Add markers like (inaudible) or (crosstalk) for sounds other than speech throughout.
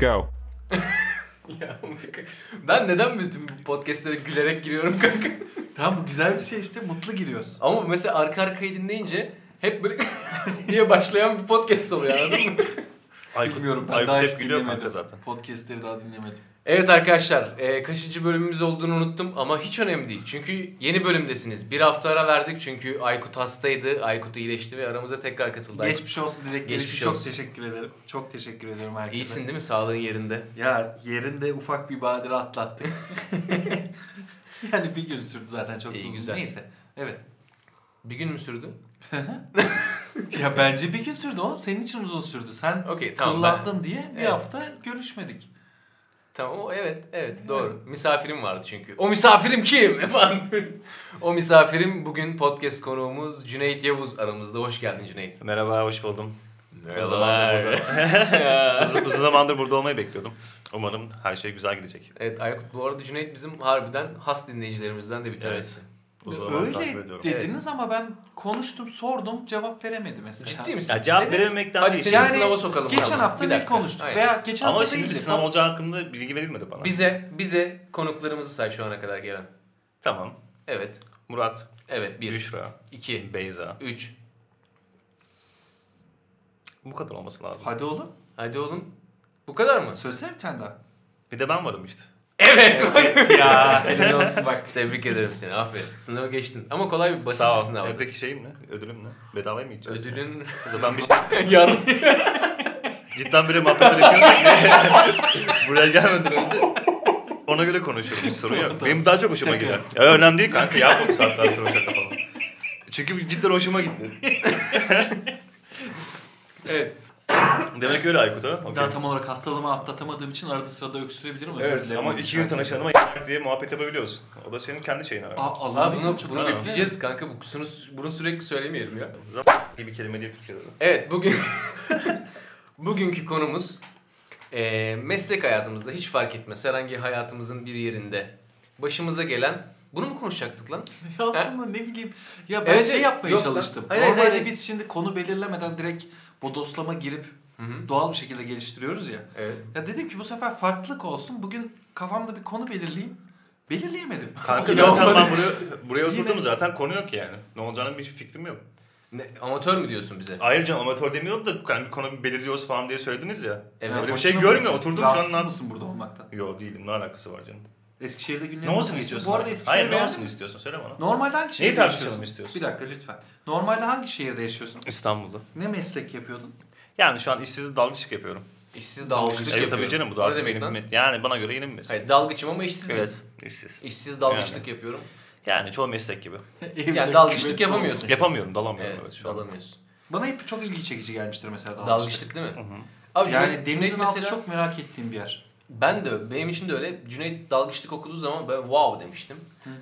go. Ya bak, ben neden bütün bu podcastlere gülerek giriyorum kanka? Tamam bu güzel bir şey işte mutlu giriyoruz. Ama mesela arka arkaya dinleyince hep böyle (laughs) diye başlayan bir podcast oluyor anladın mı? Aykut, Bilmiyorum ben Aykut daha hep hiç gülüyor dinlemedim. kanka zaten. Podcastleri daha dinlemedim. Evet arkadaşlar e, kaçıncı bölümümüz olduğunu unuttum ama hiç önemli değil. Çünkü yeni bölümdesiniz. Bir hafta ara verdik çünkü Aykut hastaydı. Aykut iyileşti ve aramıza tekrar katıldı. Aykut. Geçmiş olsun dilekleri Geçmiş için çok olsun. teşekkür ederim. Çok teşekkür ederim herkese. İyisin değil mi? Sağlığın yerinde. Ya yerinde ufak bir (laughs) badire atlattık. yani bir gün sürdü zaten çok İyi, uzun. güzel. Neyse. Evet. Bir gün mü sürdü? Ya bence bir gün sürdü oğlum. Senin için uzun sürdü. Sen Okey tamam. ben- kullandın diye bir Evet. hafta görüşmedik. Tamam o evet evet doğru. Misafirim vardı çünkü. O misafirim kim (laughs) falan. o misafirim bugün podcast konuğumuz Cüneyt Yavuz aramızda. Hoş geldin Cüneyt. Merhaba, hoş buldum. Merhabalar. Uzun, uzun zamandır burada olmayı bekliyordum. Umarım her şey güzel gidecek. evet Aykut bu arada Cüneyt bizim harbiden has dinleyicilerimizden de bir tanesi. Uzun zamandır Öyle takip ediyorum. dediniz ama ben konuştum, sordum, cevap veremedi mesela. Ciddi misin? Ya cevap Evet. verememekten Hadi değil. seni Yani sınava sokalım. Geçen Tamam, hafta bir ne dakika. konuştuk Aynen. veya geçen Ama hafta şimdi değildi. sınav olacağı hakkında bilgi verilmedi bana. Bize bize konuklarımızı say şu ana kadar gelen. Tamam. Evet. Murat, Evet 1 Büşra, 2 Beyza. 3 Bu kadar olması lazım. Hadi oğlum. Hadi oğlum. Bu kadar mı? Söylesene bir tane daha. Bir de ben varım işte. Evet. (laughs) (laughs) ya helal olsun bak. Tebrik ederim seni. Aferin. Sınavı geçtin. Ama kolay bir basit Sağ bir ol. sınavdı. E peki şeyim ne? Ödülüm ne? Bedavaya mı gideceğiz? (laughs) Ödülün Zaten bir yarın. cidden böyle muhabbetler yapıyorsak ne? (laughs) buraya gelmeden önce ona göre konuşurum. Bir sorun yok. Benim daha çok hoşuma Şaka. gider. Ya önemli değil kanka. Yapma bu saatten sonra (laughs) şaka falan. Çünkü cidden hoşuma gitti. evet. Demek öyle Aykut ha? Okey. Daha tam olarak hastalığımı atlatamadığım için arada sırada öksürebilirim. Özür Evet dilerim. ama iki gün tanışanıma (laughs) y- diye muhabbet yapabiliyorsun. O da senin kendi şeyin herhalde. Aa, Allah'ım Abi bunu, çok bunu özür dilerim. bekleyeceğiz kanka. Bu- Bunu, bunu sürekli söylemeyelim ya. Zap gibi kelime değil Türkiye'de de. Evet bugün (laughs) bugünkü konumuz eee, meslek hayatımızda hiç fark etmez herhangi hayatımızın bir yerinde başımıza gelen bunu mu konuşacaktık lan? Ya aslında ne bileyim. Ya ben Evet, şey yapmaya yok lan. çalıştım. Hayır, hayır, Normalde hayır. biz şimdi konu belirlemeden direkt bodoslama girip Hı hı. doğal bir şekilde geliştiriyoruz ya. Evet. Ya dedim ki bu sefer farklılık olsun. Bugün kafamda bir konu belirleyeyim. Belirleyemedim. (laughs) Kanka Yine zaten olmadı. ben buraya, buraya Yine- oturdum zaten konu yok yani. Ne olacağını bir fikrim yok. Ne, amatör mü diyorsun bize? Ayrıca amatör demiyorum da yani bir konu belirliyoruz falan diye söylediniz ya. Evet. Öyle bir şey görmüyor. Oturdum şu an Rahatsız lan. mısın burada olmaktan? Yo değilim ne alakası var canım. Eskişehir'de günlerim Ne olsun nasıl istiyorsun? geçiyor? Bu arada abi? Eskişehir'de Hayır ne olsun yaşıyorsun. istiyorsun söyle bana. Normalde hangi şehirde Neyi tartışalım istiyorsun? Bir dakika lütfen. Normalde hangi şehirde yaşıyorsun? İstanbul'da. Ne meslek yapıyordun? (laughs) Yani şu an işsiz dalgıcılık yapıyorum. İşsiz dalgıçlık Evet yapıyorum. tabii canım bu da ne artık demek şey- benim lan? me- Yani bana göre yeni bir meslek. Hayır dalgıçım ama işsizim. Evet. İşsiz. İşsiz dalgıçlık yapıyorum. Yani çoğu meslek gibi. Yani dalgıçlık yapamıyorsun. şu an. Yapamıyorum dalamıyorum Evet, evet, şu an. dalamıyorsun. Bana hep çok ilgi çekici gelmiştir mesela dalgıçlık. Dalgıçlık değil mi? Hı hı. Abi Yani Cüneyt- denizin Cüneyt altı mesela- çok merak ettiğim bir yer. Ben de benim için de öyle. Cüneyt dalgıçlık okuduğu zaman ben wow demiştim.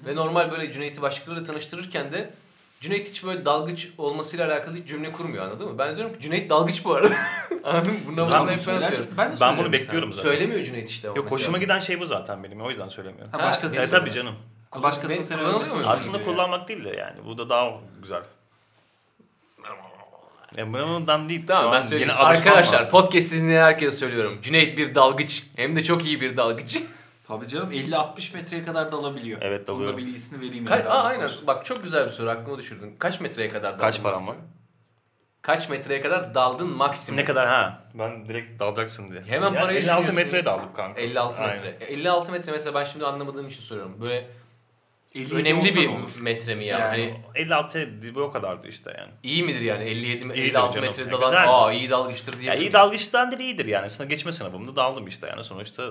Ve normal böyle Cüneyt'i başkalarıyla tanıştırırken de Cüneyt hiç böyle dalgıç olmasıyla alakalı hiç cümle kurmuyor anladın mı? Ben diyorum ki Cüneyt dalgıç bu arada. (laughs) anladın mı? Bunun Lan havasını bu hep ben atıyorum. Ben, de Ben söylerim bunu bekliyorum zaten. Söylemiyor Cüneyt işte. ama Yok mesela. hoşuma giden şey bu zaten benim. O yüzden söylemiyorum. Ha, Ha, başkası E tabii canım. Ha, Başkasının seni Kullanılıyor övmesi mu? hoşuna Aslında gidiyor kullanmak değil de yani. Bu da daha güzel. Ya bundan değil. Tamam Şu ben an söyleyeyim. yeni alışmam Arkadaşlar lazım. podcast dinleyen herkese söylüyorum. Cüneyt bir dalgıç. Hem de çok iyi bir dalgıç. yani. Tabii canım 50-60 metreye kadar dalabiliyor. Evet, Bunun da dalıyorum. bilgisini vereyim. Ka- yani. Aa, aynen. Bak çok güzel bir soru. Aklıma düşürdün. Kaç metreye kadar Kaç daldın param var? maksimum? Kaç metreye kadar daldın maksimum? Ne kadar ha? Ben direkt dalacaksın diye. Hemen Ya parayı 56 düşünüyorsun. metreye daldım kanka. 56 Aynen. metre. E, 56 metre mesela ben şimdi anlamadığım için soruyorum. Böyle 57 önemli olsa bir ne olur? metre mi yani? Yani Hani 56 dibi o kadardı işte yani. iyi midir yani 57 mi- İyidir 56 canım. metre Ya dalan? güzel. Aa iyi dalgıçtır diye. Ya iyi dalgıçtan değil iyidir yani. Sınav geçme sınavımda daldım işte yani. Sonuçta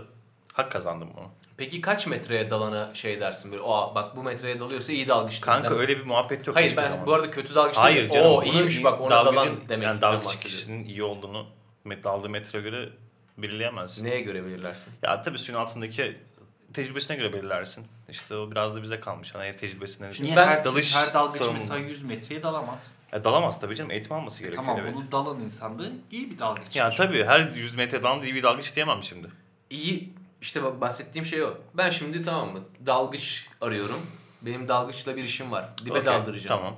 hak kazandım bunu. Peki kaç metreye dalana şey dersin böyle? Aa bak bu metreye dalıyorsa iyi dalgıçtır. Kanka demem. öyle bir muhabbet yok Hayır hiçbir ben zaman. bu arada kötü dalgıçtır. Hayır canım. Oo bunu iyiymiş iyi- bak ona dalgıcın- dalan demek. Yani dalgıç bahsediyorum. kişinin iyi olduğunu met- daldığı metreye göre belirleyemezsin. Neye göre belirlersin? Ya tabii suyun altındaki tecrübesine göre belirlersin. İşte o biraz da bize kalmış. Hani tecrübesine. Niye Ben her, dalış her dalgıç sorumlu. mesela 100 metreye dalamaz? Ya dalamaz tabii canım. Eğitim E, alması gerekiyor. tamam evet. bunu dalan insan da iyi bir dalgıç. Ya tabii her 100 metre dalan iyi bir dalgıç diyemem şimdi. İyi işte bak bahsettiğim şey o. Ben şimdi tamam mı dalgıç arıyorum. Benim dalgıçla bir işim var. Dibe Okey, daldıracağım. Tamam.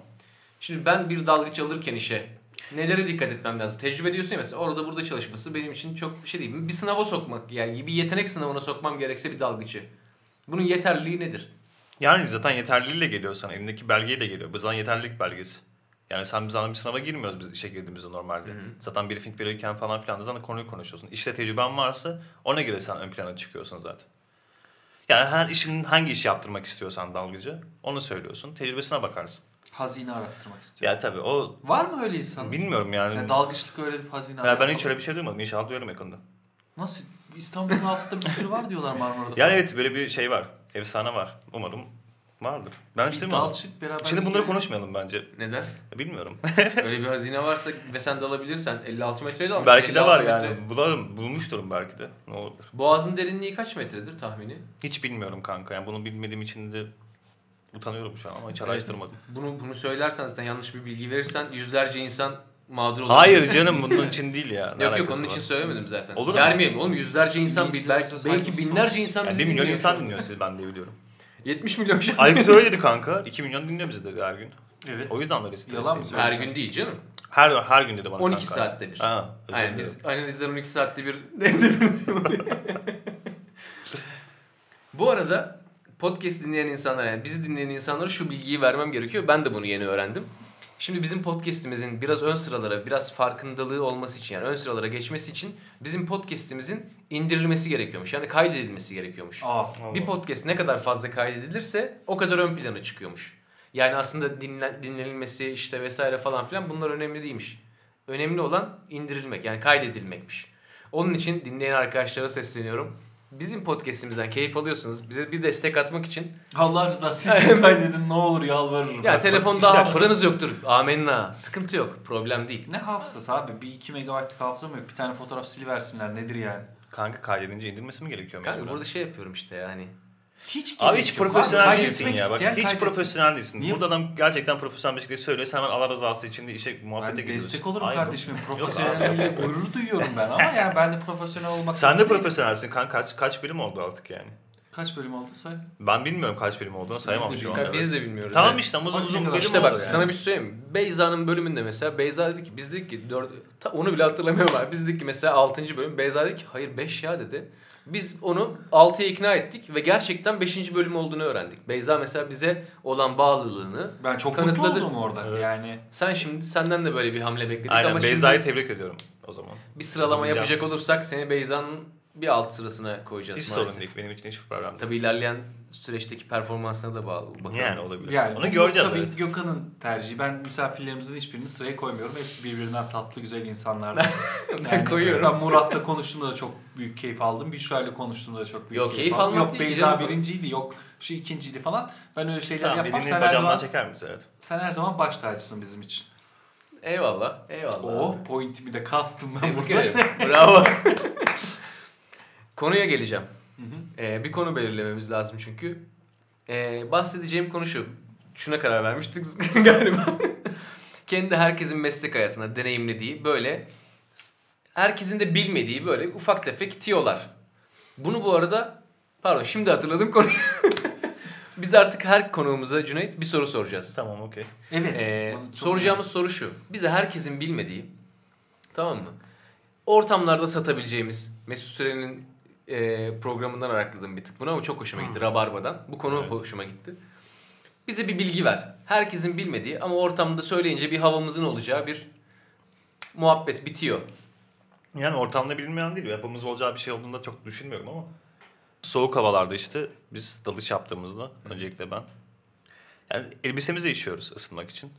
Şimdi ben bir dalgıç alırken işe nelere dikkat etmem lazım? Tecrübe diyorsun ya mesela orada burada çalışması benim için çok bir şey değil. Bir sınava sokmak yani bir yetenek sınavına sokmam gerekse bir dalgıcı. Bunun yeterliliği nedir? Yani zaten yeterliliğiyle geliyor sana. Elindeki belgeyle geliyor. Bu zaten yeterlilik belgesi. Yani sen biz zaten bir sınava girmiyoruz biz işe girdiğimizde normalde. Zaten briefing verirken falan filan da zaten konuyu konuşuyorsun. İşte tecrüben varsa ona göre sen ön plana çıkıyorsun zaten. Yani her işin hangi işi yaptırmak istiyorsan dalgıcı onu söylüyorsun. Tecrübesine bakarsın. Hazine arattırmak istiyor. Ya tabii o Var mı öyle insan? bilmiyorum yani. Yani dalgıçlık öyle bir hazine Ya ben arattırmak. hiç öyle bir şey duymadım. İnşallah duyarım yakında. Nasıl? İstanbul'un altında bir sürü var diyorlar Marmara'da. Yani evet böyle bir şey var. Efsane var. Umarım vardır. Ben hiç bir duymadım. dalçık beraber... Şimdi bunları konuşmayalım bence. Neden? Bilmiyorum. Öyle bir hazine varsa ve sen dalabilirsen 56 metreye dalmışsın. belki de var 56 metre. yani. Bularım, bulmuşturum belki de. Ne olur. Boğazın derinliği kaç metredir tahmini? Hiç bilmiyorum kanka. Yani bunu bilmediğim için de utanıyorum şu an ama hiç Evet. araştırmadım. Bunu bunu söylersen zaten yanlış bir bilgi verirsen yüzlerce insan mağdur olur. Hayır canım bunun için değil ya. Ne Yok yok alakası onun var? için söylemedim zaten. Olur Olur mu? Vermeyeyim oğlum yüzlerce insan bil- Dinleyicilerimize belki, saygı belki binlerce sunarız. insan Yani bizi 1 milyon dinliyor. insan dinliyor sizi ben (laughs) diye biliyorum. 70 milyon şans. Aykut öyle dedi kanka. 2 milyon dinliyor bizi dedi her gün. Evet. O yüzden böyle stresliyim. Yalan mı Her söylüyorsun? gün değil canım. Her, her gün dedi bana 12 kanka. saatte bir. Ha, özür Aynen dilerim. biz analizler 12 saatte bir. (laughs) Bu arada podcast dinleyen insanlar yani bizi dinleyen insanlara şu bilgiyi vermem gerekiyor. Ben de bunu yeni öğrendim. Şimdi bizim podcast'imizin biraz ön sıralara, biraz farkındalığı olması için yani ön sıralara geçmesi için bizim podcast'imizin indirilmesi gerekiyormuş. Yani kaydedilmesi gerekiyormuş. Aa. Bir podcast ne kadar fazla kaydedilirse o kadar ön plana çıkıyormuş. Yani aslında dinlen- dinlenilmesi işte vesaire falan filan bunlar önemli değilmiş. Önemli olan indirilmek yani kaydedilmekmiş. Onun için dinleyen arkadaşlara sesleniyorum. Bizim podcast'imizden keyif alıyorsunuz. Bize bir destek atmak için. Allah rızası için kaydedin ne olur yalvarırım. Ya Bak, telefonda şey- bak, işte hafızanız yoktur. Amenna. Sıkıntı yok. Problem değil. Ne hafızası abi? Bir 2 megabaytlık hafıza mı yok? Bir tane fotoğraf siliversinler nedir yani? Kanka kaydedince indirmesi mi gerekiyor Kanka mecburen? burada şey yapıyorum işte yani. Hiç Abi gerek hiç yok. profesyonel Abi değilsin kaydetmek ya. Bak, isteyen hiç kaydetsin. profesyonel değilsin. Niye? Burada adam gerçekten profesyonel bir şekilde söylüyorsa hemen Allah rızası için de işe muhabbete Ben giriyorsun. destek olurum Hayır, kardeşimin abi. profesyonelliğiyle gurur duyuyorum ben ama yani ben de profesyonel bu- olmak Sen de zorunda değilim. profesyonelsin kanka. Kaç, kaç birim oldu artık yani? Kaç bölüm oldu say? Ben bilmiyorum kaç birim olduğunu sayamam biz de şu bir- anda. Kanka, Biz evet. de bilmiyoruz. evet. Tamam işte ama uzun Bak, uzun ne bölüm kadar- İşte bak sana bir... bir şey söyleyeyim. mi? Beyza'nın bölümünde mesela Beyza dedi ki biz dedik ki dört, ta- onu bile hatırlamıyorum abi. Biz dedik ki mesela 6. bölüm Beyza dedi ki hayır 5 ya dedi. Biz onu 6'ya ikna ettik ve gerçekten 5. bölüm olduğunu öğrendik. Beyza mesela bize olan bağlılığını Ben çok Kanıtladı. mutlu oldum orada. Evet. Yani sen şimdi senden de böyle bir hamle bekledik ama Aynen Beyza'yı şimdi tebrik ediyorum o zaman. bir sıralama Yapacağım. yapacak olursak seni Beyza'nın bir alt sırasına koyacağız Hiç maalesef. sorun değil. Benim için hiç problem değil. Tabii ilerleyen süreçteki performansına da bağlı. Bakalım. Yani olabilir. yani Onu bu göreceğiz Tabii evet. Gökhan'ın tercihi. Ben misafirlerimizin hiçbirini sıraya koymuyorum. Hepsi birbirinden tatlı güzel insanlardı. (laughs) (laughs) ben koyuyorum. Ben Murat'la konuştuğumda da çok büyük keyif aldım. Büşra'yla konuştuğumda da çok büyük Yok, keyif, keyif aldım. almak Yok değil Beyza canım. birinciydi. Yok şu ikinciydi falan. Ben öyle şeyler Tamam yapmam. birini Sen her, bacağımdan zaman, çeker misin? Evet. sen her zaman baş tacısın bizim için. Eyvallah. Eyvallah. Oh pointimi de kastım ben Tebrik burada. ederim. (laughs) Bravo. Konuya geleceğim. Ee, bir konu belirlememiz lazım çünkü. Ee, bahsedeceğim konu şu. Şuna karar vermiştik (laughs) galiba. Kendi herkesin meslek hayatına deneyimlediği böyle s- herkesin de bilmediği böyle ufak tefek tiyolar. Bunu bu arada pardon şimdi hatırladım konuyu. (laughs) Biz artık her konuğumuza Cüneyt bir soru soracağız. Tamam okey. Evet. Ee, Bunu çok soracağımız soru şu. Bize herkesin bilmediği tamam mı? Ortamlarda satabileceğimiz Mesut Süren'in e, programından arakladım bir tık bunu ama çok hoşuma gitti. Rabarba'dan. Bu konu Hmm. Evet. hoşuma gitti. Bize bir bilgi ver. Herkesin bilmediği ama ortamda söyleyince bir havamızın olacağı bir muhabbet bitiyor. Yani ortamda bilinmeyen değil. Yapımız olacağı bir şey olduğunda çok düşünmüyorum ama. Soğuk havalarda işte biz dalış yaptığımızda öncelikle ben. Yani elbisemizi işiyoruz ısınmak için.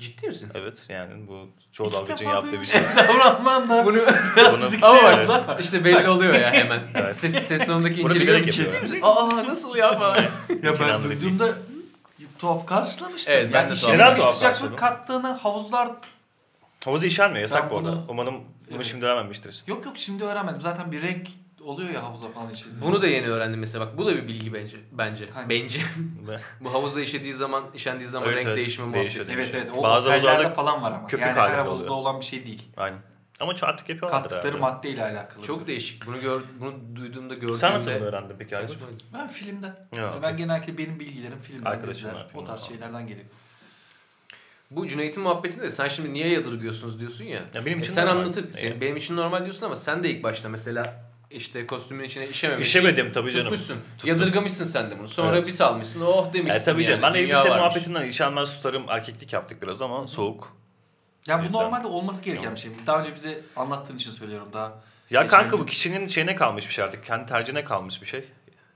Ciddi misin? Evet yani bu çoğu İlk dalgıcın defa yaptığı bir (laughs) şey. duymuşum. Davranman da (laughs) Bunu (laughs) birazcık Bunu- şey Ama oldu. işte belli oluyor ya hemen. (laughs) Evet. Ses, ses tonundaki Bunu inceliyorum. bilerek yapıyor. Kesin. Aa nasıl ya falan. Ya ben İçinden de duyduğumda tuhaf karşılamıştım. Evet, ben de işin tuhaf bir karşıladım. sıcaklık kattığını havuzlar Havuzu işermiyor yasak Ben bu arada. bunu- Umarım bunu Evet. şimdi öğrenmemiştir. yok yok şimdi öğrenmedim. Zaten bir renk oluyor ya havuza falan içinde. Bunu da yeni öğrendim mesela. Bak bu da bir bilgi bence. Bence. Hangisi? Bence. Bu havuzda işediği zaman, işendiği zaman Evet, renk evet. değişme Değişiyor, muhabbeti. Evet evet. O Bazı Bazı havuzlarda falan var ama. köpük yani her halinde havuzda oluyor. olan bir şey değil. Aynen. Ama çok artık yapıyorlar Kattıkları maddeyle alakalı. Çok değişik. Bunu gör, bunu duyduğumda gördüğümde... Sen nasıl bunu öğrendin peki Aykut? Saçmaydı. Ben filmden. Ya, ben genellikle benim bilgilerim filmden, Arkadaşım ne diziler, yapıyor, o tarz tamam. şeylerden geliyor. Bu Cüneyt'in muhabbetinde de sen şimdi niye yadırgıyorsunuz diyorsun ya. Ya benim E için sen normal. anlatıp E. sen- benim için normal diyorsun ama sen de ilk başta mesela işte kostümün içine işememişsin. İşemedim tabii canım. Tutmuşsun. Yadırgamışsın sen de bunu. Sonra Evet. bir salmışsın. Oh demişsin. E, tabii canım. yani, Ben dünya elbise varmış. muhabbetinden işenmez tutarım erkeklik yaptık biraz ama soğuk. Ya bu Evet, normalde olması gereken bir şey. Daha önce bize anlattığın için söylüyorum daha. Ya Geçen kanka gün- bu kişinin şeyine kalmış bir şey artık. Kendi tercihine kalmış bir şey.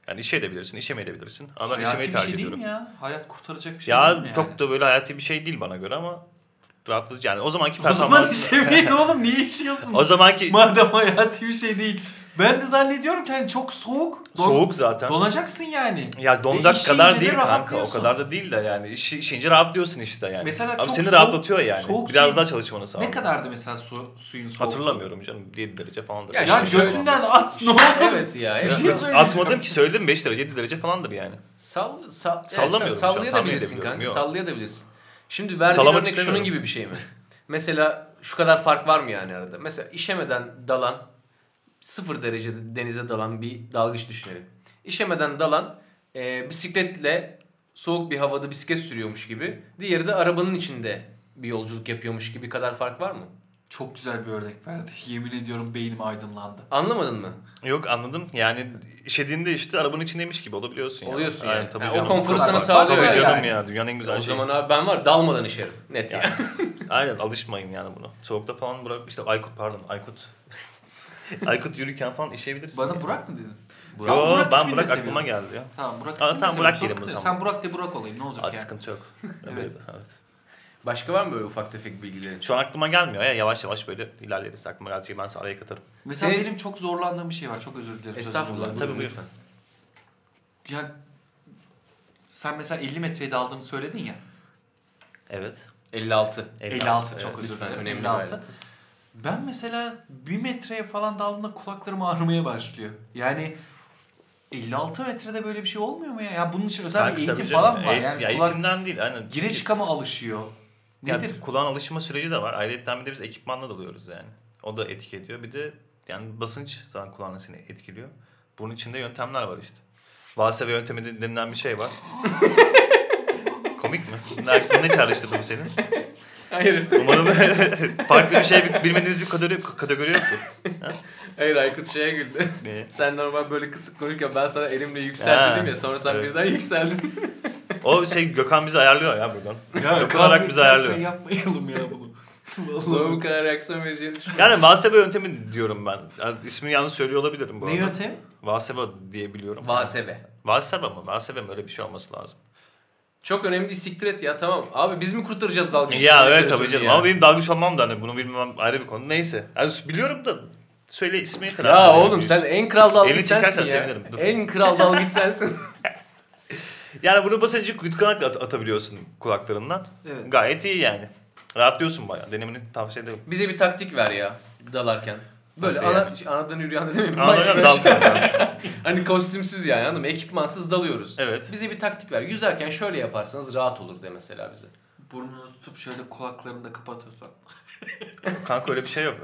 Yani işe edebilirsin, işemeyebilirsin. Ama ben işemeyi Hayati bir tercih şey değil ediyorum. mi ya? Hayat kurtaracak bir şey Ya değil mi yani? çok da böyle hayati bir şey değil bana göre ama rahatlatıcı yani. O zamanki O zaman performans. işemeyin (laughs) oğlum niye işiyorsun? O zamanki Madem hayati bir şey değil. Ben de zannediyorum ki hani çok soğuk. Don- soğuk zaten. Donacaksın yani. E, Ya Ve dondak işince de kadar değil kanka. O rahatlıyorsun. kadar da değil de yani. İş, işince rahatlıyorsun işte yani. Mesela Abi çok seni soğuk- rahatlatıyor yani. soğuk Biraz suyu- daha çalışmanı sağlıyor. Ne kadardı mesela su, suyun soğukluğu? Hatırlamıyorum canım. 7 derece falandır. Ya Ya Şimdi şöyle- götünden at ne olur. (laughs) evet ya. Bir Evet. şey Sal, söyleyeceğim. Atmadım ki söyledim 5 derece 7 derece falandır yani. sal, sal, Sallamıyorum evet, şu tabii, an, tahmin sallayabilirsin edebiliyorum, kanka. yok. Sallayabilirsin. Şimdi verdiğin Sallamak örnek şunun istemiyorum. gibi bir şey mi? Mesela şu kadar fark var mı yani arada? Mesela işemeden dalan, sıfır derecede denize dalan bir dalgıç düşünelim. İşemeden dalan e, bisikletle soğuk bir havada bisiklet sürüyormuş gibi. Diğeri de arabanın içinde bir yolculuk yapıyormuş gibi kadar fark var mı? Çok güzel bir örnek verdi. Yemin ediyorum beynim aydınlandı. Anlamadın mı? Yok anladım. Yani işediğinde işte arabanın içindeymiş gibi olabiliyorsun. ya. Oluyorsun Aynen, yani. Tabii Yani o canım. konforu Tabii sana sağlıyor Tabii yani. canım ya. Dünyanın en güzel şey. o şeyi. zaman abi ben var dalmadan işerim. Net yani. Aynen alışmayın yani buna. Soğukta falan bırak. işte Aykut pardon Aykut. (laughs) Aykut yürürken falan işeyebilirsin. Bana yani. Burak mı dedin? Yo, Burak- Burak ben ismini Burak de aklıma seviyorum. geldi ya. Tamam Burak Aa, ismini tamam, de Burak seviyorum. diyelim o Sen- zaman. Sen Burak de Burak olayım ne olacak Az yani. (laughs) sıkıntı yok. Evet. Böyle- evet. Başka var mı böyle ufak tefek bilgilerin? Şu an aklıma gelmiyor ya yavaş yavaş böyle ilerleriz aklıma gelecek ben sana araya katarım. Mesela Senin- benim çok zorlandığım bir şey var. Çok özür dilerim. Estağfurullah. Tabii Özür dilerim. buyurun. lütfen. Ya sen mesela 50 metreye daldığımı söyledin ya. Evet. 56. 56, çok evet, özür lütfen, dilerim. önemli 56. gayret. Ben mesela 1 metreye falan daldığımda kulaklarım ağrımaya başlıyor. Yani 56 metrede böyle bir şey olmuyor mu ya? Ya bunun için özel Kanka, bir eğitim tabii canım. falan mı var? Eğitim- Yani ya kulak eğitimden değil. Aynen. gire çıkama alışıyor. Yani Nedir? kulağın alışma süreci de var. Ayrıca bir de biz ekipmanla da alıyoruz yani. O da etki ediyor. Bir de yani basınç zaten kulağına seni etkiliyor. Bunun içinde yöntemler var işte. Vaseve yöntemi de- denilen (laughs) bir şey var. Komik mi? Ne, ne çağrıştırdı bu senin? Hayır. Umarım (laughs) farklı bir şey bilmediğiniz bir kategori, kategori yoktur. (laughs) Hayır Aykut şeye güldü. (laughs) Neye? Sen normal böyle kısık konuşurken ben sana elimle yüksel Ha, dedim ya sonra sen evet. birden (laughs) yükseldin. O şey Gökhan bizi ayarlıyor ya buradan. (laughs) kahve Dokunarak bizi ayarlıyor. içerken yapmayalım ya (laughs) bunu. Sonra bu Vallahi. kadar reaksiyon vereceğini düşünmüyorum. Yani Vasebe yöntemi diyorum ben. Yani ismini yanlış söylüyor olabilirim bu ne arada. yöntem? Vaseba diye biliyorum. Vasebe. Vaseba mı? Vasebe mi? Öyle bir şey olması lazım. Çok önemli değil, siktir et ya tamam. Abi biz mi kurtaracağız dalga ya evet tabii canım. Ama benim dalgıç olmam da hani bunu bilmem ayrı bir konu. Neyse. Yani biliyorum da söyle ismini telaffuz Ya edemiyorum. oğlum sen en kral dalgıç Elini çekersen sensin ya. sevinirim, dur. En kral (laughs) dalgıç sensin. Yani bunu basınca yutkanak at- atabiliyorsun kulaklarından. Evet. Gayet iyi yani. Rahatlıyorsun bayağı. Denemini tavsiye ederim. Bize bir taktik ver ya dalarken. Böyle Nasıl ana, yani? anadan (laughs) yürüyen değil mi? Anladım. Dalgın. Hani kostümsüz yani anladın mı? Ekipmansız dalıyoruz. Evet. Bize bir taktik ver. Yüzerken şöyle yaparsanız rahat olur de mesela bize. Burnunu tutup şöyle kulaklarını da (laughs) kapatıyorsan. Kanka öyle bir şey yok.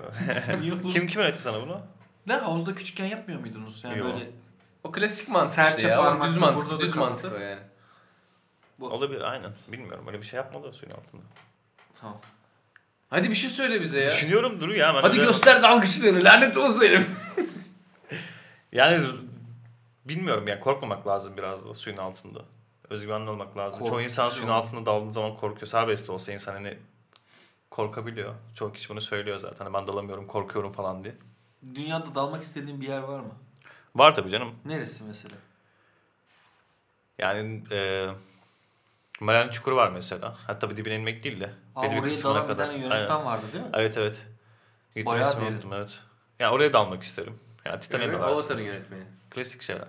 Niye oğlum? kim kim öğretti sana bunu? Ne havuzda küçükken yapmıyor muydunuz? Yani Yo. böyle O klasik mantık Serçe işte ya. O parmakla Düz burada mantık, da düz kapattı. mantık o yani. Olabilir aynen. Bilmiyorum. Öyle bir şey yapmadı suyun altında. tamam. Hadi bir şey söyle bize ya. Düşünüyorum duruyor ya. Ben Hadi öyle- göster dalgıçlığını lanet olsun herif. Yani r- bilmiyorum yani korkmamak lazım biraz da suyun altında. Özgüvenli olmak lazım. Çoğu Korkutucu insan suyun olur. altında daldığı zaman korkuyor. Serbest de olsa insan hani korkabiliyor. Çoğu kişi bunu söylüyor zaten. Hani Ben dalamıyorum, korkuyorum falan diye. Dünyada dalmak istediğin bir yer var mı? Var tabii canım. Neresi mesela? Yani e, Mariana Çukuru var mesela. Hatta bir dibine inmek değil de. Aa, belli bir oraya kısmına dalan bir kadar. tane yönetmen Aynen. vardı değil mi? Evet evet. Gitmeyi Bayağı derin. unuttum evet. Yani oraya dalmak isterim. Yani Titan'a Evet, dalarsın. Avatar'ın yönetmeni. Klasik şeyler.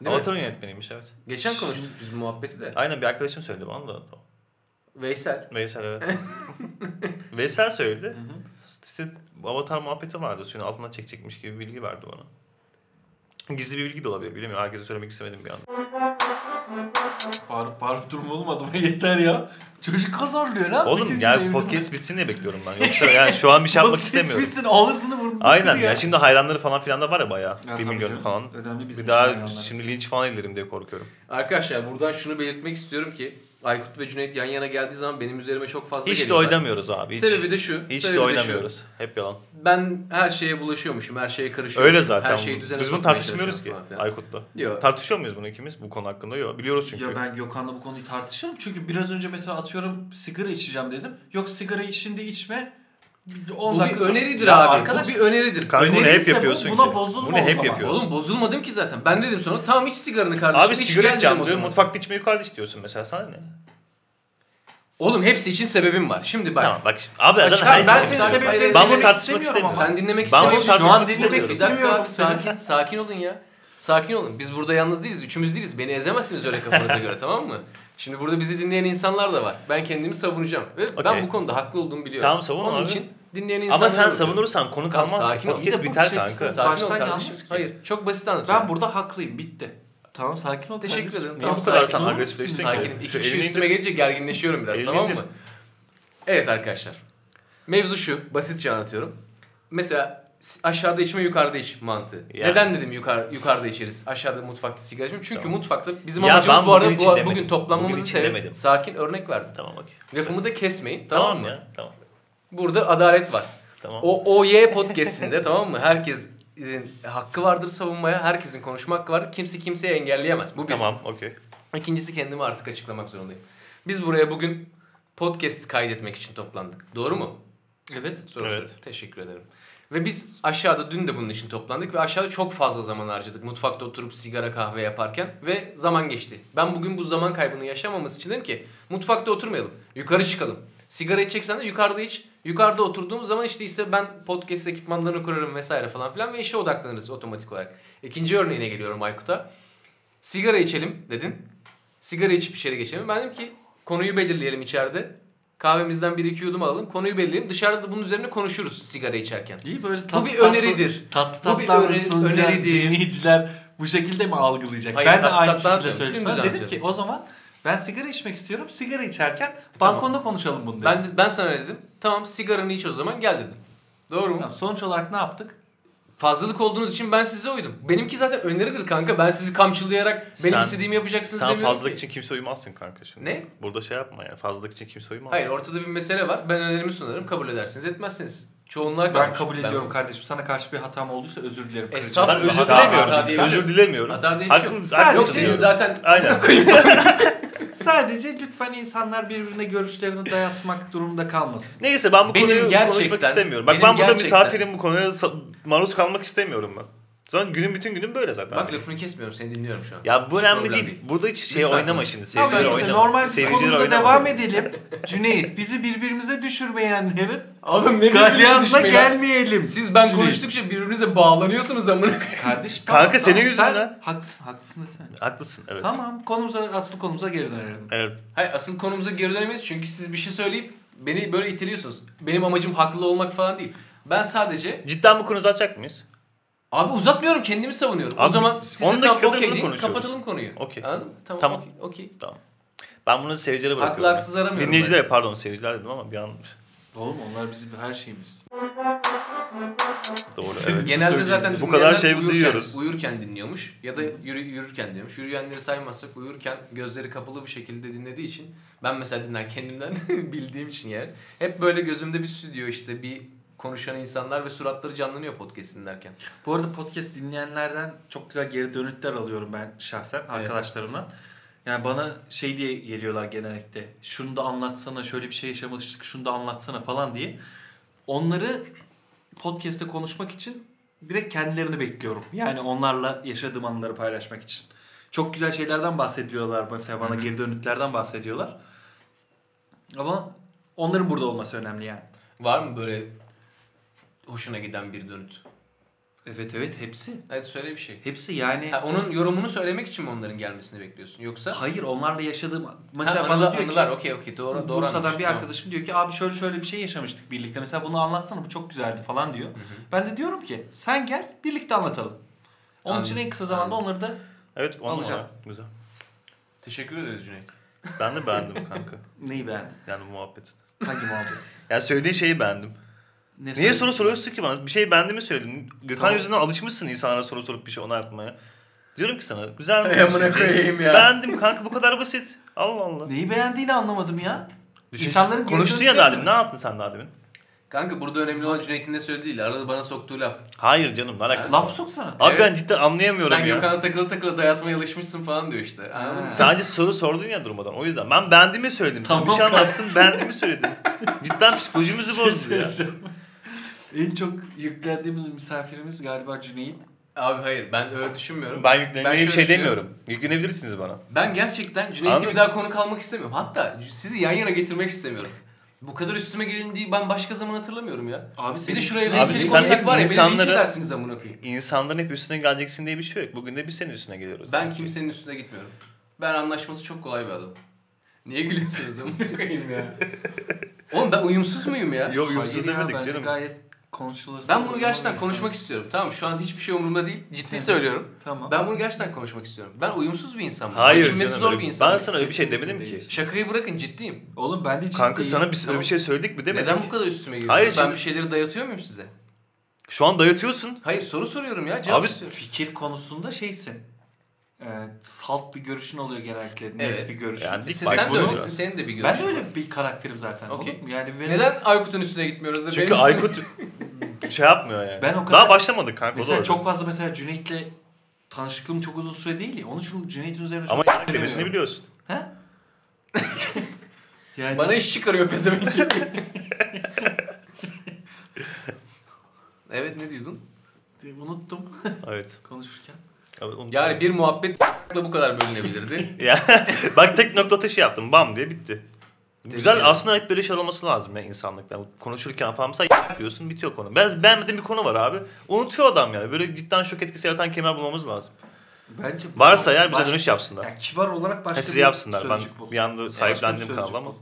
Değil mi? Avatar'ın yönetmeniymiş evet. Geçen konuştuk biz bu muhabbeti de. Aynen bir arkadaşım söyledi bana da. Veysel. Veysel (laughs) evet. Veysel söyledi. Hı hı. İşte bu avatar muhabbeti vardı. Suyun altına çekecekmiş gibi bir bilgi verdi bana. Gizli bir bilgi de olabilir bilemiyorum. Herkese söylemek istemedim bir an. Bağırıp bağırıp durma oğlum adama (laughs) yeter ya. Çocuk kazanlıyor lan. Oğlum ya podcast bitsin diye bekliyorum ben. Yoksa yani şu (laughs) an bir şey yapmak istemiyorum. Bitsin ağzını burnunu Aynen kır ya. Şimdi hayranları falan filan da var ya bayağı. Ya tabii bir milyon canım. falan. Önemli bizim Bir için daha hayranlarımız. şimdi linç falan ederim diye korkuyorum. Arkadaşlar buradan şunu belirtmek istiyorum ki Aykut ve Cüneyt yan yana geldiği zaman benim üzerime çok fazla Hiç de geliyorlar. oynamıyoruz abi. Hiç, Sebebi de şu. hiç sebebi de şu. oynamıyoruz. Hep yalan. Ben her şeye bulaşıyormuşum, her şeye karışıyorum. Öyle zaten. Her şeyi düzene Biz bunu sokmaya tartışmıyoruz ki çalışıyorum falan filan. Aykut'la. Yok. Tartışıyor muyuz bunu ikimiz bu konu hakkında? Yok. Biliyoruz çünkü. Ya ben Gökhan'la bu konuyu tartışırım. Çünkü biraz önce mesela atıyorum sigara içeceğim dedim. Yok sigara içinde içme. Bu 10 bir dakika sonra- öneridir Ya abi. Arkadaş, Bu bir öneridir. Kanka bunu hep öneriyse bu, yapıyorsun buna ki. bozulma Bunu o hep zaman. yapıyoruz. Oğlum bozulmadım ki zaten. Ben dedim sonra tamam iç sigaranı kardeşim. Abi iç sigara gel dedim içeceğim o diyor. zaman. Mutfakta içme yukarıda istiyorsun mesela. Sana ne? Oğlum hepsi için sebebim var. Şimdi bak. Tamam bak. şimdi- Abi Ya zaten çıkar, her ben şey senin için- sebep- sebeplerini Ben bunu dinlemek tartışmak istemiyorum ama. istemiyorum. Sen dinlemek Ben istemiyorsun. bunu tartışmak Bir istemiyorum. dakika abi, Sen- sakin, sakin olun ya. Sakin olun. Biz burada yalnız değiliz. Üçümüz değiliz. Beni ezemezsiniz öyle kafanıza (laughs) göre tamam mı? Şimdi burada bizi dinleyen insanlar da var. Ben kendimi savunacağım. Ve ben Okey. bu konuda haklı olduğumu biliyorum. Tamam, savun Onun abi. için dinleyen insanlar Ama sen savunursan konu Tamam, kalmaz. sakin ol. İyi de Podcast bu biter şey kanka. kısa- Sakin ol Baştan kardeşim. yalnız ki. Hayır. Çok basit anlatıyorum. Ben burada haklıyım. Bitti. Tamam sakin ol. Teşekkür kardeşim. ederim. Niye Tamam, bu kadar sakin sen olur agresifleştin ki? Sakinim. Şu İki kişi elini üstüme gelince gerginleşiyorum biraz Elini tamam indir. mı? Evet arkadaşlar. Mevzu şu. Basitçe anlatıyorum. Mesela s- aşağıda içme yukarıda iç mantığı. Yani. Neden dedim yukarı, yukarıda içeriz aşağıda mutfakta sigara içmem? Çünkü Tamam. mutfakta bizim Ya amacımız ben bu arada bugün için bu, demedim. bugün toplanmamızı Bugün için sebep. demedim. Sakin örnek verdim. Tamam okey. Lafımı da kesmeyin tamam, Tamam mı? ya. Tamam. Burada adalet var. Tamam. O OY podcast'inde (laughs) tamam mı? Herkesin hakkı vardır savunmaya. Herkesin konuşma hakkı vardır. Kimse kimseyi engelleyemez. Bu bir. Tamam okey. İkincisi kendimi artık açıklamak zorundayım. Biz buraya bugün podcast kaydetmek için toplandık. Doğru mu? Evet. Soru Evet. soru. Teşekkür ederim. Ve biz aşağıda dün de bunun için toplandık ve aşağıda çok fazla zaman harcadık. Mutfakta oturup sigara kahve yaparken ve zaman geçti. Ben bugün bu zaman kaybını yaşamaması için dedim ki mutfakta oturmayalım. Yukarı çıkalım. Sigara içeceksen de yukarıda iç. Yukarıda oturduğumuz zaman işte ise ben podcast ekipmanlarını kurarım vesaire falan filan ve işe odaklanırız otomatik olarak. İkinci örneğine geliyorum Aykut'a. Sigara içelim dedin. Sigara içip içeri geçelim. Ben dedim ki konuyu belirleyelim içeride. Kahvemizden bir iki yudum alalım. Konuyu belirleyelim. Dışarıda da bunun üzerine konuşuruz sigara içerken. İyi böyle tatlı bir tatlı- öneridir. Tatlı Bu bir tatlı öne- anlatılınca öneridir. dinleyiciler bu şekilde mi algılayacak? Hayır, ben de tatlı aynı tatlı şekilde anlatıyorum. söyledim. Dümdüz Sana dedim ki anlatıyorum. o zaman ben sigara içmek istiyorum. Sigara içerken Tamam. balkonda konuşalım bunu dedim. Ben de- ben sana dedim. Tamam sigaranı iç o zaman gel dedim. Doğru mu? Tamam, sonuç olarak ne yaptık? Fazlalık olduğunuz için ben size uydum. Benimki zaten öneridir kanka. Ben sizi kamçılayarak benim Sen- istediğimi yapacaksınız Sen demiyorum fazlalık ki. için kimse uyumazsın kanka şimdi. Ne? Burada şey yapma yani. Fazlalık için kimse uyumaz. Hayır ortada bir mesele var. Ben önerimi sunarım. Kabul edersiniz etmezsiniz. Çoğunluğa Ben, kalmış. kabul ediyorum kardeşim. Sana karşı bir hatam olduysa özür dilerim. kırıcı. Estağfurullah. Ben özür Hata- hata dilemiyorum. diye bir şey Özür dilemiyorum. Hata diye bir şey yok. Haklı- Sen- Yok haklısın senin diyorum. zaten Aynen. Sadece lütfen insanlar birbirine görüşlerini dayatmak (laughs) durumunda kalmasın. Neyse ben bu Benim konuyu konuşmak gerçekten- istemiyorum. Bak benim ben burada gerçekten- misafirim bu konuya sa- maruz kalmak istemiyorum ben. Zaten günün bütün günüm böyle zaten. (laughs) Bak lafını kesmiyorum. Seni dinliyorum şu an. ya bu Hiç önemli problem değil. Burada hiç şey Lütfen oynama konuş. şimdi. Tamam Seyirciler Seyirciler neyse oynama. normal biz Seyirciler konumuza oynama. devam edelim. Cüneyt bizi birbirimize düşürmeyenlerin Oğlum ne birbirine galyanına düşmeyin. lan. gelmeyelim. Siz ben Cüneyt. konuştukça birbirinize bağlanıyorsunuz amına koyayım. Kardeş Kanka tamam, senin tamam. yüzünden Ben- ha. Haklısın haklısın desene. Haklısın evet. Tamam konumuza asıl konumuza geri dönelim. Evet. Hayır asıl konumuza geri dönemeyiz çünkü siz bir şey söyleyip beni böyle iteliyorsunuz. Benim amacım haklı olmak falan değil. Ben sadece Cidden bu konuyu uzatacak mıyız? abi uzatmıyorum kendimi savunuyorum. o Abi, zaman 10 siz de tam dakikadır okey bunu deyin. konuşuyoruz. Kapatalım konuyu. Okey. Anladın mı? Tamam. Tamam. Okey. okey. Ben bunu seyircilere Haklı bırakıyorum. haksız aramıyorum Dinleyicilere ben. pardon seyirciler dedim ama (laughs) bir an Oğlum onlar bizim her şeyimiz. doğru İstediğim- evet. Genelde Söyleyeyim. zaten Bu biz kadar yerler şey uyurken, duyuyoruz. uyurken dinliyormuş ya da yürü, yürürken dinliyormuş. Yürüyenleri saymazsak uyurken gözleri kapalı bir şekilde dinlediği için ben mesela dinler kendimden (laughs) bildiğim için yani hep böyle gözümde bir stüdyo işte bir konuşan insanlar ve suratları canlanıyor podcast dinlerken. Bu arada podcast dinleyenlerden çok güzel geri dönütler alıyorum ben şahsen arkadaşlarımdan. Yani bana şey diye geliyorlar genellikle. Şunu da anlatsana, şöyle bir şey yaşamıştık, şunu da anlatsana falan diye. Onları podcast'te konuşmak için direkt kendilerini bekliyorum. Yani onlarla yaşadığım anıları paylaşmak için. Çok güzel şeylerden bahsediyorlar mesela bana Hı hı. geri dönütlerden bahsediyorlar. Ama onların burada olması önemli yani. Var mı böyle hoşuna giden bir dönüt? Evet evet hepsi. Hadi söyle bir şey. Hepsi yani Ha, onun yorumunu söylemek için mi onların gelmesini bekliyorsun yoksa? Hayır onlarla yaşadığım mesela Mesela ha, bana anılar, diyor anılar ki okey okey doğru doğru Bursa'dan anlamışım, bir tamam. arkadaşım diyor ki abi şöyle şöyle bir şey yaşamıştık birlikte. Mesela bunu anlatsana bu çok güzeldi falan diyor. Ben de diyorum ki sen gel birlikte anlatalım. Onun için Anladım, en kısa zamanda onları da Evet on Alacağım. numara. Güzel. Teşekkür ederiz Cüneyt. Ben de beğendim kanka. neyi beğendin? Yani bu muhabbet. Hangi (laughs) muhabbet? Yani söylediğin şeyi beğendim. Ne Niye söyledin? soru soruyorsun ki bana? Bir şey beğendiğimi söyledim. Gökhan Tamam. yüzünden alışmışsın insanlara soru sorup bir şey onay atmaya. Diyorum ki sana güzel bir Ey amına düşünce. koyayım ya. Beğendim kanka bu kadar basit. Allah Allah. Neyi beğendiğini anlamadım ya. Düşün- İnsanların geri Konuştun ya dönüşleri- daha demin. Ne yaptın sen daha demin? Kanka burada önemli olan Cüneyt'in de söylediği değil. Arada bana soktuğu laf. Hayır canım ne alakası var? Laf soksana. Abi ben Evet. cidden anlayamıyorum Sen ya. Gökhan'a takıla takıla dayatmaya alışmışsın falan diyor işte. Anladın mı? Sadece soru sordun ya durmadan. O yüzden ben beğendiğimi söyledim. Sen bir şey Tamam. anlattın (laughs) beğendiğimi söyledim. Cidden psikolojimizi şey bozdu ya. En çok yüklendiğimiz misafirimiz galiba Cüneyt. Abi hayır ben öyle düşünmüyorum. Ben Ben yüklenmeye şöyle bir şey düşünüyorum. demiyorum. Yüklenebilirsiniz bana. Ben gerçekten Cüneyt'i Anladım. bir daha konuk almak istemiyorum. Hatta sizi yan yana getirmek istemiyorum. Bu kadar üstüme gelindiği ben başka zaman hatırlamıyorum ya. Abi Bir senin- de şuraya Abi bir seni sen konsak hep var ya beni linç insanları- edersiniz amına koyayım. İnsanların hep üstüne geleceksin diye bir şey yok. Bugün de biz senin üstüne geliyoruz. Ben Yani. kimsenin üstüne gitmiyorum. Ben anlaşması çok kolay bir adam. Niye gülüyorsunuz amına koyayım ya? Oğlum ben uyumsuz muyum ya? Yok Hayır yumsuz ya, demedik bence canım. Gayet konuşulur. Ben bunu gerçekten konuşmak istiyorum. Tamam mı? şu an hiçbir şey umurumda değil. Ciddi Tamam. söylüyorum. Tamam. Ben bunu gerçekten konuşmak istiyorum. Ben uyumsuz bir insanım. Hayır Geçinmesi canım. zor öyle- bir insanım. ben sana öyle bir şey demedim ki. Değilsin. Şakayı bırakın ciddiyim. Oğlum ben de ciddiyim. Kanka sana bir, öyle Tamam. bir şey söyledik mi demedik. Neden bu kadar üstüme geliyorsun? Hayır, ben şimdi- bir şeyleri dayatıyor muyum size? Şu an dayatıyorsun. Hayır soru soruyorum ya cevap Abi, istiyorum. Fikir konusunda şeysin. Ee, salt bir görüşün oluyor genellikle. Net Evet. bir görüşün. Yani dik Sen, bak sen de bunu- öylesin senin de bir görüşün. ben de öyle bir karakterim zaten. Okey. Oğlum, yani benim, Neden Aykut'un üstüne gitmiyoruz da Çünkü benim üstüme- Aykut (laughs) şey yapmıyor yani. Ben o kadar- Daha başlamadık kanka. o da Mesela orada. çok fazla mesela Cüneyt'le tanışıklığım çok uzun süre değil ya. Onun için Cüneyt'in üzerine Ama çok y- demesini biliyorsun. (laughs) He? yani Bana iş çıkarıyor pezevenk. (laughs) evet ne diyordun? unuttum Evet. konuşurken. Abi unutma. Yani bir muhabbet da bu kadar bölünebilirdi. Ya, bak tek nokta atışı yaptım. Bam diye bitti. Güzel ederim. aslında hep böyle şey olması lazım ya insanlıktan. Konuşurken falan mesela y- yapıyorsun bitiyor konu. Ben beğenmediğim bir konu var abi. Unutuyor adam yani. Böyle cidden şok etkisi yaratan kemer bulmamız lazım. Bence Varsa eğer bize Baş- dönüş yapsınlar. Ya kibar olarak başka Ha, size bir yapsınlar. Ben sözcük bul. bir anda Başka sahiplendim bir sözcük kanalı ama bul.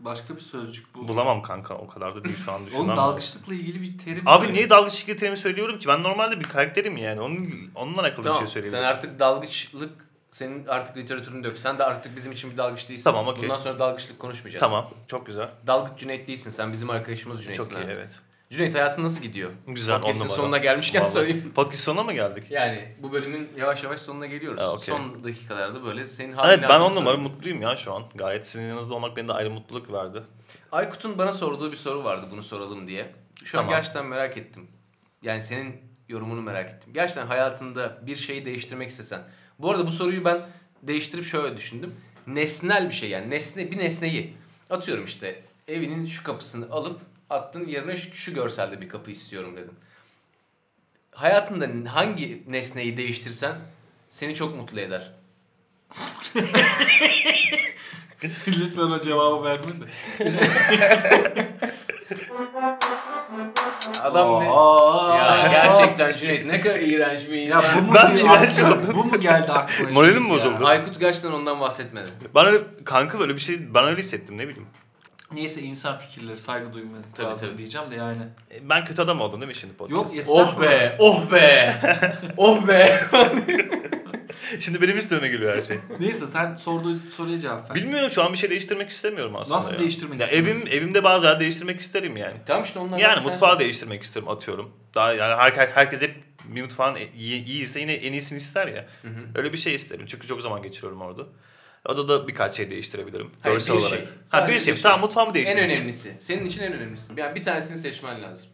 Başka bir sözcük bul. bulamam kanka o kadar da değil şu an Oğlum düşünülen. dalgıçlıkla ilgili bir terim. Abi söyle. niye dalga şirketimi söylüyorum ki? Ben normalde bir karakterim yani. Onun, onunla alakalı tamam bir şey sen söyleyeyim. artık dalgıçlık senin artık literatürünü dök. Sen de artık bizim için bir dalgıç değilsin. Tamam, okey. Bundan sonra dalgıçlık konuşmayacağız. Tamam. Çok güzel. Dalgıç Cüneyt değilsin. Sen bizim arkadaşımız Cüneyt'sin Çok iyi artık. evet. Cüneyt hayatın nasıl gidiyor? Güzel. on Podcast'in numara. sonuna gelmişken Vallahi. sorayım. Podcast sonuna mı geldik? Yani bu bölümün yavaş yavaş sonuna geliyoruz. Ha, okey. Son dakikalarda böyle senin Evet ben hatırını on numara soruyorum. mutluyum ya şu an. Gayet sizin yanınızda olmak beni de ayrı mutluluk verdi. Aykut'un bana sorduğu bir soru vardı bunu soralım diye. Şu an Tamam. gerçekten merak ettim. Yani senin yorumunu merak ettim. Gerçekten hayatında bir şeyi değiştirmek istesen. Bu arada bu soruyu ben değiştirip şöyle düşündüm. Nesnel bir şey yani nesne bir nesneyi atıyorum işte evinin şu kapısını alıp attın yerine şu, şu görselde bir kapı istiyorum dedin. Hayatında hangi nesneyi değiştirsen seni çok mutlu eder. (laughs) Lütfen o cevabı verme de. Adam ne? Aa, Ya gerçekten Cüneyt ne kadar iğrenç bir Ya insan. bu mu, Ben geldi iğrenç aklına- oldum. bu mu geldi aklına? Moralim şimdi ya? bozuldu. Aykut gerçekten ondan bahsetmedi. Ben öyle kanka böyle bir şey ben öyle hissettim ne bileyim. Neyse insan fikirleri saygı duymak Tabii, lazım tabii. diyeceğim de yani. E, Ben kötü adam oldum değil mi şimdi podcast? Yok esnaf. Oh be, oh be, oh be. (laughs) Şimdi benim üstüme geliyor her şey. Neyse sen sorduğun soruya cevap ver. Bilmiyorum şu an bir şey değiştirmek istemiyorum aslında. Nasıl ya. değiştirmek ya istiyorsun? evim evimde bazı yer değiştirmek isterim yani. tamam işte onlar. Yani mutfağı değiştirmek isterim atıyorum. Daha yani her, her- herkes hep bir mutfağın e- iyi, iyiyse yine en iyisini ister ya. Hı hı. Öyle bir şey isterim. Çünkü çok zaman geçiriyorum orada. Odada birkaç şey değiştirebilirim. Hayır, görsel bir olarak. şey. Ha, Sadece bir bir şey. şey. Tamam mutfağımı En değiştireyim. önemlisi. Senin için en önemlisi. Yani bir tanesini seçmen lazım.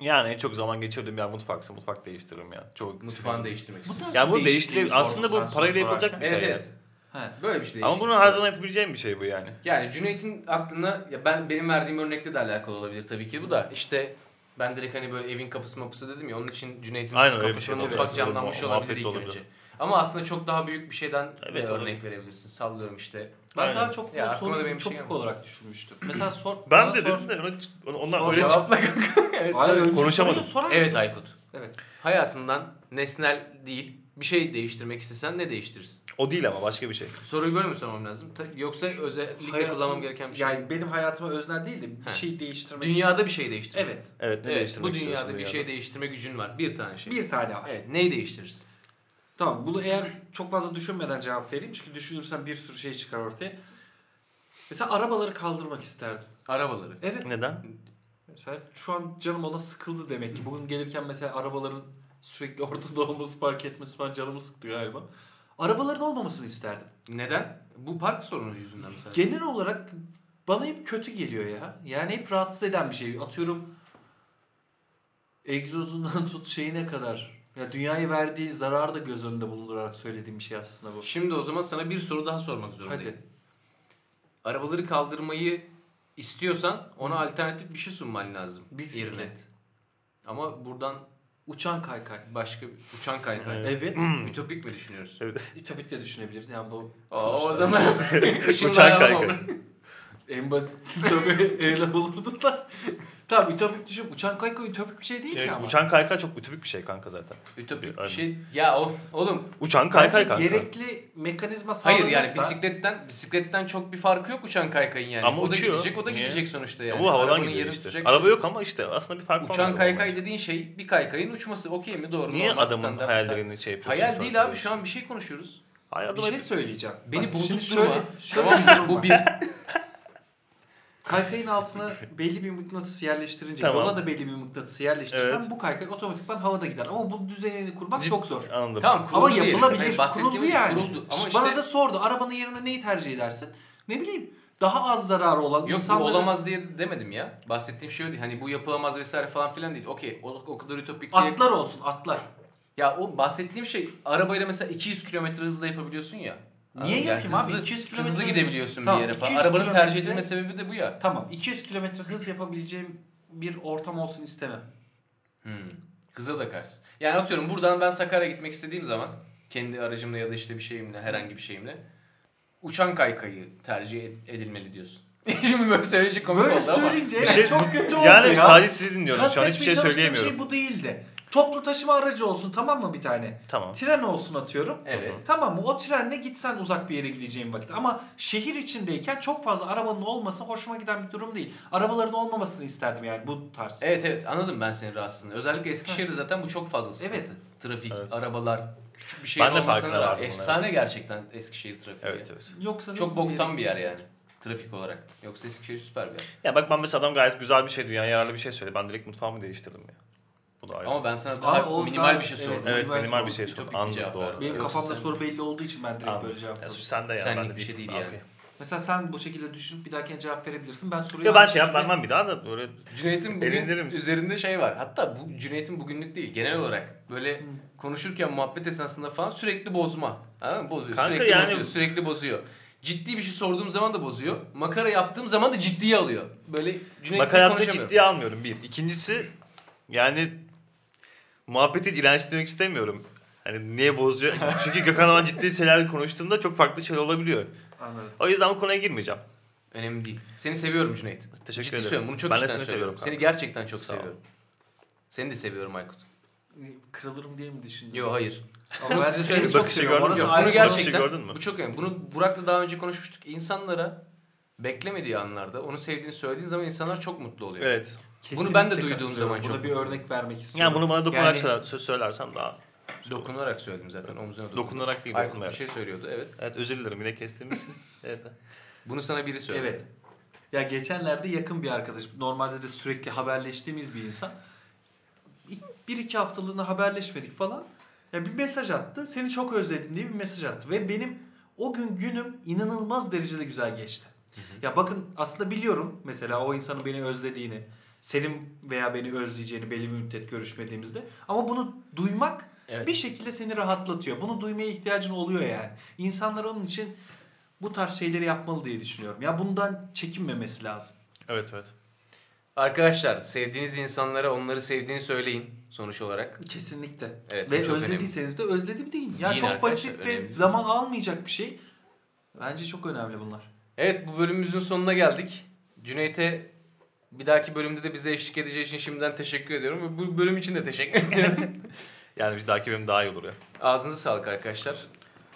Yani en çok zaman geçirdiğim yer mutfaksa mutfak değiştiririm yani. Çok Mutfağını değiştirmek istiyorum. tarz Ya bir bu değişikliği değiştire aslında sordum bu sen parayla soru yapılacak sorarken. bir Evet evet. şey. He. Böyle bir şey Ama bunu her zaman yapabileceğim bir şey bu yani. Yani Cüneyt'in aklına ya ben benim verdiğim örnekle de alakalı olabilir tabii ki bu da. İşte ben direkt hani böyle evin kapısı mapısı dedim ya onun için Cüneyt'in Aynen öyle bir kafasına şey de mutfak olabilir. camlanmış Mu- olabilir muhabbet ilk de olabilir. önce. Ama aslında çok daha büyük bir şeyden Evet, de örnek olabilir. verebilirsin. Sallıyorum işte. Ben Aynen. daha çok Ya bu aklıma da soruyu benim bir bir şey topik gelmedi. (clears throat) olarak düşünmüştüm. Mesela sor. Ben bana de sor- dedim de ona- onlar Sor öyle cevap. Cevapla kanka. Evet, Hayır, söyle. önce Konuşamadım. soruyu sorar Evet mısın? Aykut. Evet. Hayatından nesnel değil bir şey değiştirmek istesen ne değiştirirsin? O değil ama başka bir şey. Soruyu böyle mi sormam lazım? Ta- yoksa özellikle Hayatım- kullanmam gereken bir şey. Yani benim hayatıma öznel değil de bir He. şey değiştirmek dünyada bir şey değiştirmek. Evet. Evet ne Evet, değiştirmek bu istiyorsun dünyada bir şey değiştirme gücün var. Bir tane şey. Bir tane var. Evet, neyi değiştirirsin? Tamam bunu eğer çok fazla düşünmeden cevap vereyim. Çünkü düşünürsen bir sürü şey çıkar ortaya. Mesela arabaları kaldırmak isterdim. Arabaları. Evet. Neden? Mesela şu an canım ona sıkıldı demek ki. Bugün gelirken mesela arabaların Sürekli (laughs) ortada olması fark etmesi falan canımı sıktı galiba. Arabaların olmamasını isterdim. Neden? Bu park sorunu yüzünden mi sadece? Genel olarak bana hep kötü geliyor ya. Yani hep rahatsız eden bir şey. Atıyorum egzozundan (laughs) tut şeyine kadar. Ya dünyaya verdiği zararı da göz önünde bulundurarak söylediğim bir şey aslında bu. Şimdi o zaman sana bir soru daha sormak zorundayım. Hadi. Arabaları kaldırmayı istiyorsan ona alternatif bir şey sunman lazım. Bisiklet. yerine. Ama buradan Uçan kaykay. başka bir uçan kaykay. Evet. Hmm, Ütopik mi düşünüyoruz? Ütopik de düşünebiliriz. Yani bu Aa, o sonuçta zaman (laughs) Uçan uçan kaykay. kaykay. (laughs) en basit tabii öyle olurdu da. (laughs) Tamam ütopik düşün. Uçan kaykay ütopik bir şey değil Evet, ki ama. uçan kaykay çok ütopik bir şey kanka zaten. Ütopik bir Aynen. şey. Ya o, oğlum Uçan kaykay Bence kanka. gerekli mekanizma Hayır sağlanırsa. yani bisikletten bisikletten çok bir farkı yok uçan kaykayın yani. Ama o da uçuyor. gidecek, o da Niye? gidecek sonuçta yani. Bu havadan Arabanın gidiyor yerini işte. tutacak Araba şey- yok ama işte aslında bir fark var. Uçan arada kaykay bence. dediğin şey bir kaykayın uçması. Okey mi? Doğru. Niye normal, adamın standart. hayallerini şey yapıyorsun? Hayal değil abi şu an bir şey (laughs) konuşuyoruz. Hayır Bir adam şey söyleyeceğim. Beni Bak, şimdi bozuk durma. şöyle, şöyle tamam (laughs) bir mı? durum Bu var. bir. Kaykayın altına belli bir mıknatısı yerleştirince, Tamam. yola da belli bir mıknatısı yerleştirirsen Evet. bu kaykay otomatikman havada gider. Ama bu düzenini kurmak Cid- çok zor. anladım. tamam kuruldu Ama değil. yapılabilir. Hayır, bahsettiğim kuruldu gibi yani. Kuruldu. Ama Bana işte da sordu. Arabanın yerine neyi tercih edersin? Ne bileyim. Daha az zararı olan Yok bu insanların- olamaz diye demedim ya. Bahsettiğim şey öyle. Hani bu yapılamaz vesaire falan filan değil. Okey o, o kadar ütopik diye. Atlar olsun atlar. Ya o bahsettiğim şey arabayla mesela 200 kilometre hızla yapabiliyorsun ya. Niye Yani yapayım abi? hızlı- 200 kilometre Hızlı gidebiliyorsun Tamam, bir yere falan. 200 Arabanın tercih kilometre- edilme sebebi de bu ya. Tamam 200 kilometre hız yapabileceğim bir ortam olsun istemem. Hmm. Hıza da karşı. Yani atıyorum buradan ben Sakarya gitmek istediğim zaman kendi aracımla ya da işte bir şeyimle herhangi bir şeyimle uçan kaykayı tercih ed- edilmeli diyorsun. (laughs) Şimdi böyle söyleyince komik Böyle oldu ama. söyleyince Bir şey- çok (laughs) kötü oldu yani ya. sadece sizi dinliyorum şu an Kastetmeye hiçbir şey çalıştığım söyleyemiyorum. şey bu değildi. Toplu taşıma aracı olsun tamam mı bir tane? Tamam. Tren olsun atıyorum. Evet. Tamam mı? O trenle gitsen uzak bir yere gideceğin vakit. Ama şehir içindeyken çok fazla arabanın olması hoşuma giden bir durum değil. Arabaların olmamasını isterdim yani bu tarz. Evet evet anladım ben senin rahatsızlığını. Özellikle Eskişehir'de zaten bu çok fazla sıkıntı. Evet. Trafik, Evet. arabalar, küçük bir şehir Ben de olmasına farkına rağmen vardım, efsane gerçekten Eskişehir trafiği. Evet evet. Yoksa Çok hızlı boktan yere bir yer gideceksin. yani trafik olarak. Yoksa Eskişehir süper bir yer. Ya bak ben mesela adam gayet güzel bir şey dünyaya yararlı bir şey söyledi. Ben direkt mutfağımı değiştirdim ya. Bu da ayrı. Ama ben sana Ama daha o minimal daha- bir şey evet. sordum. evet ben minimal sordum. bir şey Ütopik sordum. bir Anladım cevap doğru. verdim. Benim Yoksa kafamda sen- soru belli olduğu için ben direkt Anladım. böyle cevap Ya veriyorum. suç sende ya. Senlik bende bir şey değil yani. Okey. Mesela sen bu şekilde düşünüp bir dahakine cevap verebilirsin. Ben soruyu Ya ben aynı şey yap şekilde- vermem bir daha da böyle Cüneyt'in bugün Elindirir misin? üzerinde şey var. Hatta bu Cüneyt'in bugünlük değil genel olarak böyle konuşurken muhabbet esnasında falan sürekli bozma. Anladın mı? Bozuyor. Kanka sürekli yani- bozuyor. Sürekli bozuyor. Ciddi bir şey sorduğum zaman da bozuyor. Makara yaptığım zaman da ciddiye alıyor. Böyle Cüneyt'le Makarayı konuşamıyorum. ciddiye almıyorum bir. İkincisi yani muhabbeti iğrençlemek istemiyorum. Hani niye (laughs) bozuyor? Çünkü Gökhan Aman ciddi şeyler konuştuğunda çok farklı şeyler olabiliyor. Anladım. O yüzden bu konuya girmeyeceğim. Önemli değil. Seni seviyorum Cüneyt. Teşekkür Ciddi ederim. söylüyorum. Bunu çok Ben de içten seni söylüyorum. seviyorum Seni kanka. gerçekten çok Sağ ol. seviyorum. Seni de seviyorum Aykut. Kırılırım diye mi düşündün? Yo hayır. (laughs) Ama Bunu ben size söylemek çok şey, Bakışı seviyorum. gördün Orası mü? ayrı. Bunu Bakışı gerçekten gördün mü? bu çok önemli. Bunu Burak'la daha önce konuşmuştuk. İnsanlara beklemediği anlarda onu sevdiğini söylediğin zaman insanlar çok mutlu oluyor. Evet. Bunu ben de duyduğum katılıyorum. zaman Buna çok- bir örnek vermek istiyorum. Yani bunu bana dokunarak Yani- söyler- söz söylersen daha Dokunarak söyledim zaten omzuna dokundum. dokunarak değil Aykut bir dokunarak. şey söylüyordu evet. Evet özür dilerim yine (laughs) kestiğim için. evet. Bunu sana biri söyledi. Evet. Ya geçenlerde yakın bir arkadaş, normalde de sürekli haberleştiğimiz bir insan. Bir iki haftalığına haberleşmedik falan. Ya bir mesaj attı. Seni çok özledim diye bir mesaj attı. Ve benim o gün günüm inanılmaz derecede güzel geçti. Ya bakın aslında biliyorum mesela o insanın beni özlediğini, senin veya beni özleyeceğini belli bir müddet görüşmediğimizde. Ama bunu duymak Evet. bir şekilde seni rahatlatıyor. Bunu duymaya ihtiyacın oluyor yani. İnsanlar onun için bu tarz şeyleri yapmalı diye düşünüyorum. Ya bundan çekinmemesi lazım. Evet evet. Arkadaşlar sevdiğiniz insanlara onları sevdiğini söyleyin sonuç olarak. Kesinlikle. Evet, bu ve çok özlediyseniz de özledim deyin. Ya Deyin çok arkadaşlar, basit ve önemli. zaman almayacak bir şey. Bence çok önemli bunlar. Evet bu bölümümüzün sonuna geldik. Cüneyt'e bir dahaki bölümde de bize eşlik edeceği için şimdiden teşekkür ediyorum. Bu bölüm için de teşekkür (laughs) ediyorum. Yani bir dahaki bölüm daha iyi olur ya. Ağzınıza sağlık arkadaşlar.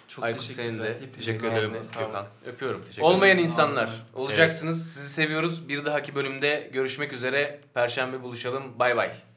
Çok Aykut, teşekkürler. senin de. Hepinize Teşekkür ağzına ederim sağlık. Gökhan. Öpüyorum. Teşekkür Olmayan ederiz. insanlar Ağzına. olacaksınız. Sizi seviyoruz. Bir dahaki bölümde görüşmek üzere. Perşembe buluşalım. Bay bay.